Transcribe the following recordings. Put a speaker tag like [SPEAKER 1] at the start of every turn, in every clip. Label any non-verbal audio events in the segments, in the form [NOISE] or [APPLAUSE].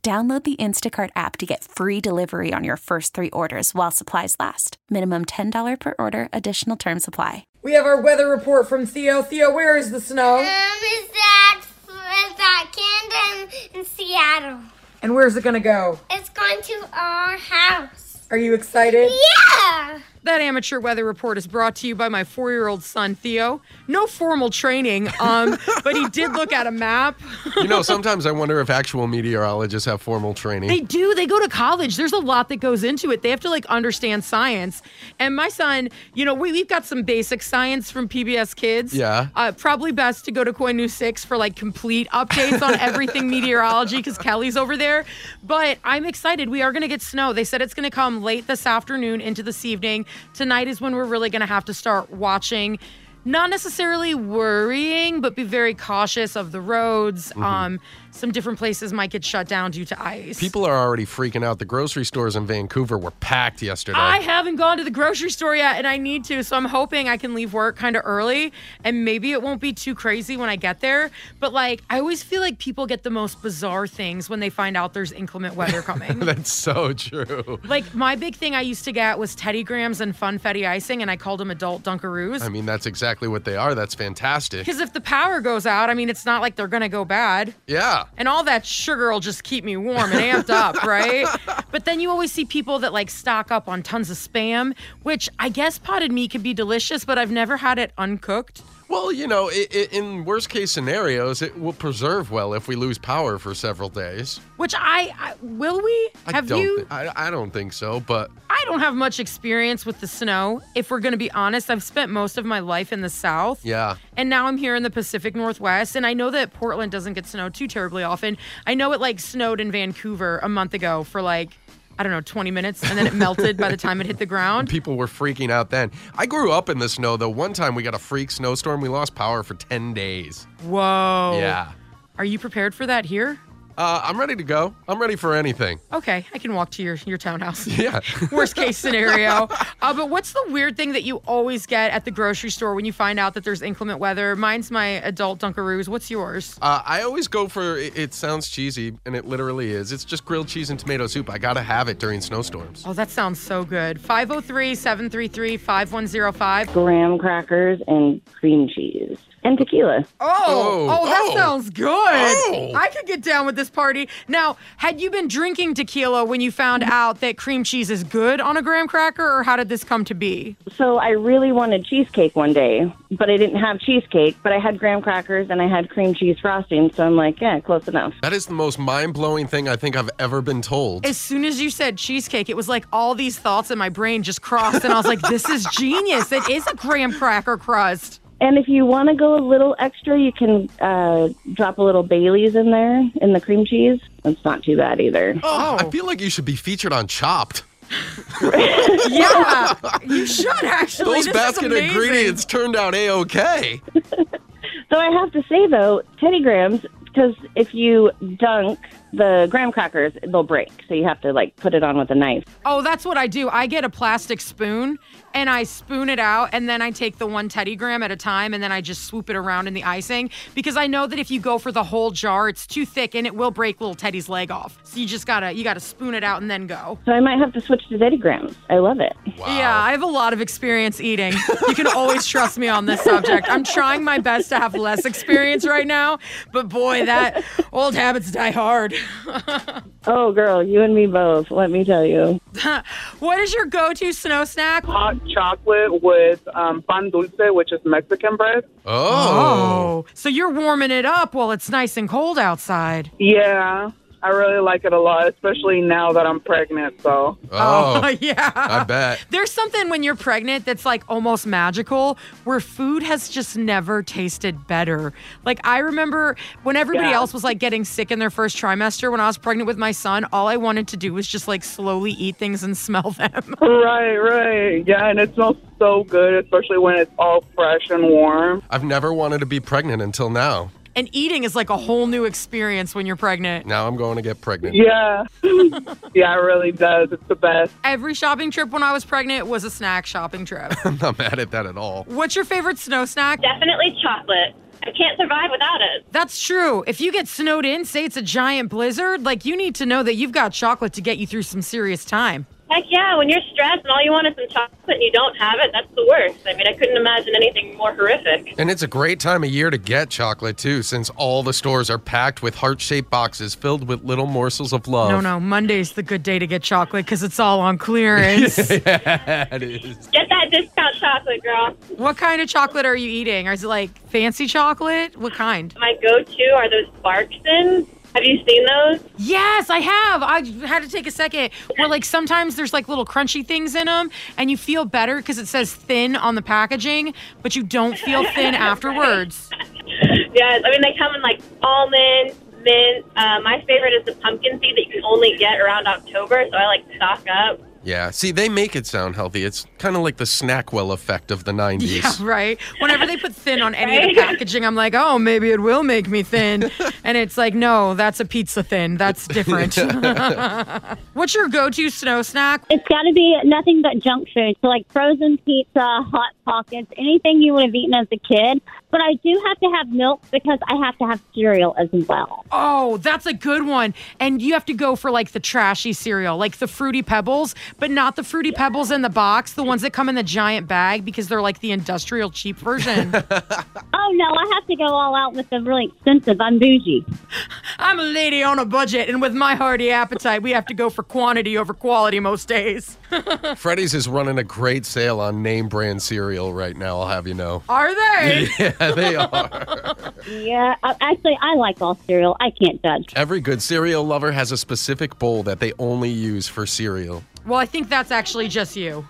[SPEAKER 1] Download the Instacart app to get free delivery on your first three orders while supplies last. Minimum $10 per order, additional term supply.
[SPEAKER 2] We have our weather report from Theo. Theo, where is the snow?
[SPEAKER 3] Um, is that, is that Canada in, in Seattle?
[SPEAKER 2] And where's it gonna go?
[SPEAKER 3] It's going to our house.
[SPEAKER 2] Are you excited?
[SPEAKER 3] Yeah!
[SPEAKER 2] That amateur weather report is brought to you by my four year old son, Theo. No formal training, um, [LAUGHS] but he did look at a map.
[SPEAKER 4] You know, sometimes I wonder if actual meteorologists have formal training.
[SPEAKER 2] They do. They go to college. There's a lot that goes into it. They have to like understand science. And my son, you know, we, we've got some basic science from PBS Kids.
[SPEAKER 4] Yeah.
[SPEAKER 2] Uh, probably best to go to Coin News 6 for like complete updates on everything meteorology because Kelly's over there. But I'm excited. We are going to get snow. They said it's going to come late this afternoon into this evening. Tonight is when we're really going to have to start watching. Not necessarily worrying, but be very cautious of the roads. Um, some different places might get shut down due to ice.
[SPEAKER 4] People are already freaking out. The grocery stores in Vancouver were packed yesterday.
[SPEAKER 2] I haven't gone to the grocery store yet, and I need to. So I'm hoping I can leave work kind of early, and maybe it won't be too crazy when I get there. But like, I always feel like people get the most bizarre things when they find out there's inclement weather
[SPEAKER 4] [LAUGHS]
[SPEAKER 2] coming.
[SPEAKER 4] [LAUGHS] That's so true.
[SPEAKER 2] like my big thing I used to get was Teddy Grahams and Funfetti icing, and I called them adult Dunkaroos.
[SPEAKER 4] I mean, that's exactly what they are. That's fantastic.
[SPEAKER 2] Because if the power goes out, I mean, it's not like they're gonna go bad.
[SPEAKER 4] Yeah.
[SPEAKER 2] And all that sugar will just keep me warm and amped
[SPEAKER 4] [LAUGHS]
[SPEAKER 2] up, right? But then you always see people that like stock up on tons of spam, which I guess potted meat can be delicious, but I've never had it uncooked.
[SPEAKER 4] Well, you know, i i in worst case scenarios, it will preserve well if we lose power for several days.
[SPEAKER 2] Which I, I will we?
[SPEAKER 4] I
[SPEAKER 2] Have
[SPEAKER 4] don't
[SPEAKER 2] you?
[SPEAKER 4] thi- I, I don't think so, but
[SPEAKER 2] I don't have much experience with the snow. If we're going to be honest, I've spent most of my life in the South.
[SPEAKER 4] Yeah.
[SPEAKER 2] And now I'm here in the Pacific Northwest. And I know that Portland doesn't get snow too terribly often. I know it like snowed in Vancouver a month ago for like, I don't know, 20 minutes. And then it melted by the time it hit the ground.
[SPEAKER 4] people were freaking out then. I grew up in the snow, though. One time we got a freak snowstorm. We lost power for 10 days.
[SPEAKER 2] Whoa.
[SPEAKER 4] Yeah.
[SPEAKER 2] Are you prepared for that here?
[SPEAKER 4] Uh, I'm ready to go. I'm ready for anything.
[SPEAKER 2] Okay, I can walk to your, your townhouse.
[SPEAKER 4] [LAUGHS] Yeah.
[SPEAKER 2] [LAUGHS] Worst case scenario. Uh, but what's the weird thing that you always get at the grocery store when you find out that there's inclement weather? Mine's my adult Dunkaroos. What's yours?
[SPEAKER 4] Uh, I always go for it, it sounds cheesy, and it literally is. It's just grilled cheese and tomato soup. I got to have it during snowstorms.
[SPEAKER 2] Oh, that sounds so good. 503 733 5105.
[SPEAKER 4] Oh.
[SPEAKER 5] graham crackers and cream cheese and tequila.
[SPEAKER 2] Oh, oh, that
[SPEAKER 4] oh.
[SPEAKER 2] sounds good.
[SPEAKER 4] Oh.
[SPEAKER 2] I could get down with this party. Now, had you been drinking tequila when you found
[SPEAKER 4] Mm.
[SPEAKER 2] out that cream cheese is good on a graham cracker, or how did this come to be?
[SPEAKER 5] So I really wanted cheesecake one day, but I didn't have cheesecake, but I had graham crackers and I had cream cheese frosting, so I'm like, yeah, close enough.
[SPEAKER 4] That is the most mind blowing thing I think I've ever been told.
[SPEAKER 2] As soon as you said cheesecake, it was like all these thoughts in my brain just crossed, and I was like, this is genius. It is a graham cracker crust.
[SPEAKER 5] And if you want to go a little extra, you can uh, drop a little Bailey's in there in the cream cheese. That's not too bad either.
[SPEAKER 2] Oh.
[SPEAKER 4] I feel like you should be featured on Chopped.
[SPEAKER 2] Yeah, you should actually.
[SPEAKER 4] Those
[SPEAKER 2] This is
[SPEAKER 4] basket
[SPEAKER 2] amazing.
[SPEAKER 4] ingredients turned out A OK.
[SPEAKER 5] So I have to say though, Teddy Grahams, because if you dunk the graham crackers, they'll break. So you have to like put it on with a knife.
[SPEAKER 2] Oh, that's what I do. I get a plastic spoon and I spoon it out, and then I take the one Teddy Graham at a time, and then I just swoop it around in the icing because I know that if you go for the whole jar, it's too thick and it will break little Teddy's leg off. So you just gotta you gotta spoon it out and then go.
[SPEAKER 5] So I might have to switch to Teddy Grahams. I love it.
[SPEAKER 2] Yeah, I have a lot of experience eating. You can always trust me on this subject. I'm trying my best to have less experience right now, but boy, that old habits die hard.
[SPEAKER 5] Oh, girl, you and me both. Let me tell you.
[SPEAKER 2] What is your go-to snow snack?
[SPEAKER 6] Oh.
[SPEAKER 7] hot chocolate with um, pan dulce, which is Mexican bread.
[SPEAKER 4] Oh.
[SPEAKER 2] so you're warming it up while it's nice and cold outside. [LAUGHS]
[SPEAKER 7] Yeah, I really like it a lot, especially now that I'm pregnant. So
[SPEAKER 4] Oh.
[SPEAKER 2] [LAUGHS] yeah.
[SPEAKER 4] I bet.
[SPEAKER 2] There's something when you're pregnant that's like almost magical where food has just never tasted better. Like I remember when everybody
[SPEAKER 7] Yeah.
[SPEAKER 2] else was like getting sick in their first trimester when I was pregnant with my son, all I wanted to do was just like slowly eat things and [LAUGHS] smell them.
[SPEAKER 7] right, right, yeah, and it smells so good, especially when it's all fresh and warm.
[SPEAKER 4] I've never wanted to be pregnant until now.
[SPEAKER 2] and eating is like a whole new experience when you're pregnant.
[SPEAKER 4] Now I'm going to get pregnant.
[SPEAKER 7] Yeah, [LAUGHS] yeah, it really does. It's the best.
[SPEAKER 2] Every shopping trip when I was pregnant was a snack shopping trip.
[SPEAKER 4] [LAUGHS] I'm not mad at that at all.
[SPEAKER 2] What's your favorite snow snack?
[SPEAKER 8] Definitely chocolate. I can't survive without it.
[SPEAKER 2] That's true. If you get snowed in, say it's a giant blizzard, like you need to know that you've got chocolate to get you through some serious time.
[SPEAKER 8] Heck yeah, when you're stressed and all you want is some chocolate and you don't have it, that's the worst. I mean, I couldn't imagine anything more horrific.
[SPEAKER 4] And it's a great time of year to get chocolate too, since all the stores are packed with heart-shaped boxes filled with little morsels of love.
[SPEAKER 2] No, no, Monday's the good day to get chocolate because it's all on clearance.
[SPEAKER 4] that is.
[SPEAKER 8] Get that discount chocolate, girl.
[SPEAKER 2] what kind of chocolate are you eating? Or is it like fancy chocolate? What kind?
[SPEAKER 8] My go to are those Barksons. Have you seen those?
[SPEAKER 2] Yes, I have. I had to take a second. Where like sometimes there's like little crunchy things in them, and you feel better because it says thin on the packaging, but you don't feel thin afterwards.
[SPEAKER 8] Yes, I mean, they come in like almond, mint. Uh, my favorite is the pumpkin seed that you can only get around October, so I like stock up.
[SPEAKER 4] Yeah. See, they make it sound healthy. It's kind of like the Snackwell effect of the 90s.
[SPEAKER 2] [LAUGHS] Yeah, right. Whenever they put thin on any of the [LAUGHS] packaging, I'm like, oh, maybe it will make me [LAUGHS] thin. And it's like, no, that's a pizza thin. That's different. [LAUGHS] What's your go to snow snack?
[SPEAKER 9] It's got to be nothing but junk food. So, like frozen pizza, hot pockets, anything you would have eaten as a kid. But I do have to have milk because I have to have cereal as well.
[SPEAKER 2] Oh, that's a good one. And you have to go for like the trashy cereal, like the Fruity Pebbles, but not the Fruity Pebbles in the box, the ones that come in the giant bag because they're like the industrial cheap version.
[SPEAKER 9] Oh, no, I have to go all out with the really expensive. I'm bougie.
[SPEAKER 2] I'm a lady on a budget, and with my hearty appetite, we have to go for quantity over quality most days.
[SPEAKER 4] Freddy's is running a great sale on name brand cereal right now, I'll have you know.
[SPEAKER 2] Are they?
[SPEAKER 4] [LAUGHS] Yeah, they are.
[SPEAKER 9] Yeah, I- actually, I like all cereal. I can't judge.
[SPEAKER 4] Every good cereal lover has a specific bowl that they only use for cereal.
[SPEAKER 2] Well, I think that's actually just you.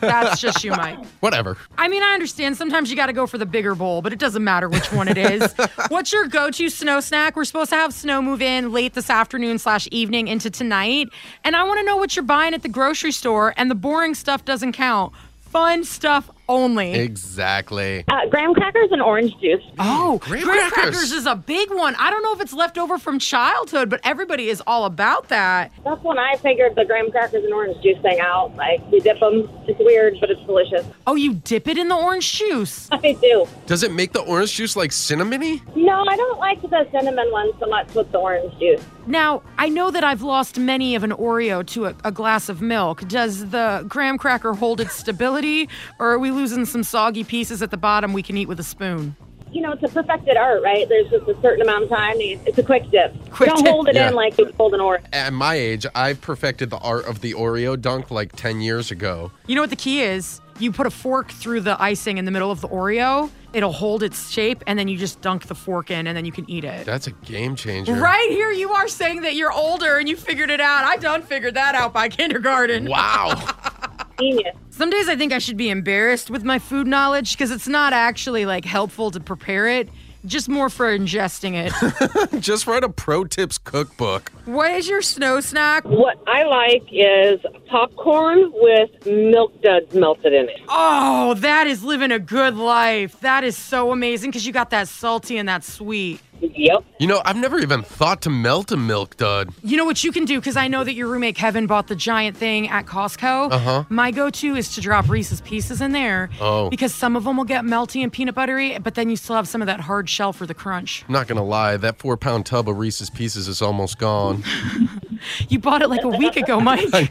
[SPEAKER 2] That's just you, Mike.
[SPEAKER 4] Whatever.
[SPEAKER 2] I mean, I understand sometimes you got to go for the bigger bowl, but it doesn't matter which one it is. What's your go-to snow snack? We're supposed to have snow move in late this afternoon slash evening into tonight, and I want to know what you're buying at the grocery store. And the boring stuff doesn't count. Fun stuff only.
[SPEAKER 4] Exactly.
[SPEAKER 8] Uh, graham crackers and orange juice.
[SPEAKER 2] Oh,
[SPEAKER 4] Graham
[SPEAKER 2] graham crackers.
[SPEAKER 4] crackers.
[SPEAKER 2] is a big one. I don't know if it's left over from childhood, but everybody is all about that.
[SPEAKER 8] That's when I figured the graham crackers and orange juice thing out. Like, you dip them. It's weird, but it's delicious. [LAUGHS]
[SPEAKER 2] Oh, you dip it in the orange juice.
[SPEAKER 8] I do.
[SPEAKER 4] Does it make the orange juice like cinnamony?
[SPEAKER 8] No, I don't like the cinnamon one so much with the orange juice.
[SPEAKER 2] Now, I know that I've lost many of an Oreo to a, a glass of milk. Does the graham cracker hold its stability, or are we losing some soggy pieces at the bottom we can eat with a spoon?
[SPEAKER 8] You know, it's a perfected art, right? There's just a certain amount of time. You- It's a quick dip.
[SPEAKER 2] [LAUGHS] Quick
[SPEAKER 8] don't
[SPEAKER 2] dip.
[SPEAKER 8] hold it
[SPEAKER 4] Yeah.
[SPEAKER 8] in like you hold an orange.
[SPEAKER 4] At my age, I've perfected the art of the Oreo dunk like 10 years ago.
[SPEAKER 2] You know what the key is? You put a fork through the icing in the middle of the Oreo, it'll hold its shape, and then you just dunk the fork in, and then you can eat it.
[SPEAKER 4] That's a game changer.
[SPEAKER 2] Right here, you are saying that you're older and you figured it out. I done figured that out by kindergarten.
[SPEAKER 4] Wow. [LAUGHS]
[SPEAKER 8] Genius.
[SPEAKER 2] Some days I think I should be embarrassed with my food knowledge because it's not actually like helpful to prepare it, just more for ingesting
[SPEAKER 4] [LAUGHS]
[SPEAKER 2] it.
[SPEAKER 4] Just write a pro tips cookbook.
[SPEAKER 2] what is your snow snack?
[SPEAKER 10] What I like is popcorn with milk duds melted in it.
[SPEAKER 2] Oh, that is living a good life. That is so amazing because you got that salty and that sweet.
[SPEAKER 10] Yep.
[SPEAKER 4] You know, I've never even thought to melt a milk dud.
[SPEAKER 2] You know what you can do? Because I know that your roommate Kevin bought the giant thing at Costco.
[SPEAKER 4] Uh-huh.
[SPEAKER 2] My go to is to drop Reese's pieces in there.
[SPEAKER 4] Oh.
[SPEAKER 2] Because some of them will get melty and peanut buttery, but then you still have some of that hard shell for the crunch.
[SPEAKER 4] I'm not gonna lie, that four pound tub of Reese's Pieces is almost gone.
[SPEAKER 2] You bought it like a week ago, Mike.
[SPEAKER 4] [LAUGHS] I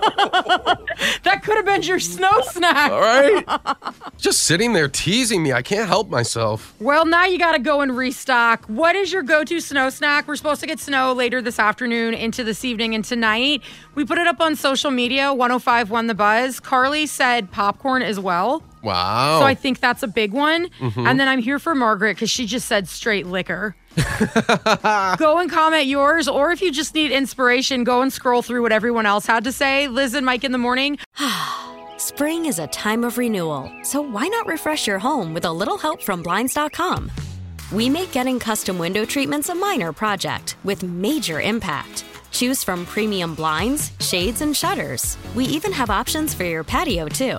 [SPEAKER 4] know,
[SPEAKER 2] [LAUGHS] that could have been your snow snack. [LAUGHS]
[SPEAKER 4] right? Just sitting there teasing me. I can't help myself.
[SPEAKER 2] Well, now you got to go and restock. What is your go to snow snack? We're supposed to get snow later this afternoon into this evening and tonight. We put it up on social media 1051 The Buzz. Carly said popcorn as well.
[SPEAKER 4] Wow.
[SPEAKER 2] So I think that's a big one.
[SPEAKER 4] Mm-hmm.
[SPEAKER 2] And then I'm here for Margaret because she just said straight
[SPEAKER 4] [LAUGHS]
[SPEAKER 2] liquor. go and comment yours, or if you just need inspiration, go and scroll through what everyone else had to say. Liz and Mike in the morning.
[SPEAKER 11] Spring is a time of renewal, so why not refresh your home with a little help from Blinds.com? We make getting custom window treatments a minor project with major impact. Choose from premium blinds, shades, and shutters. We even have options for your patio, too.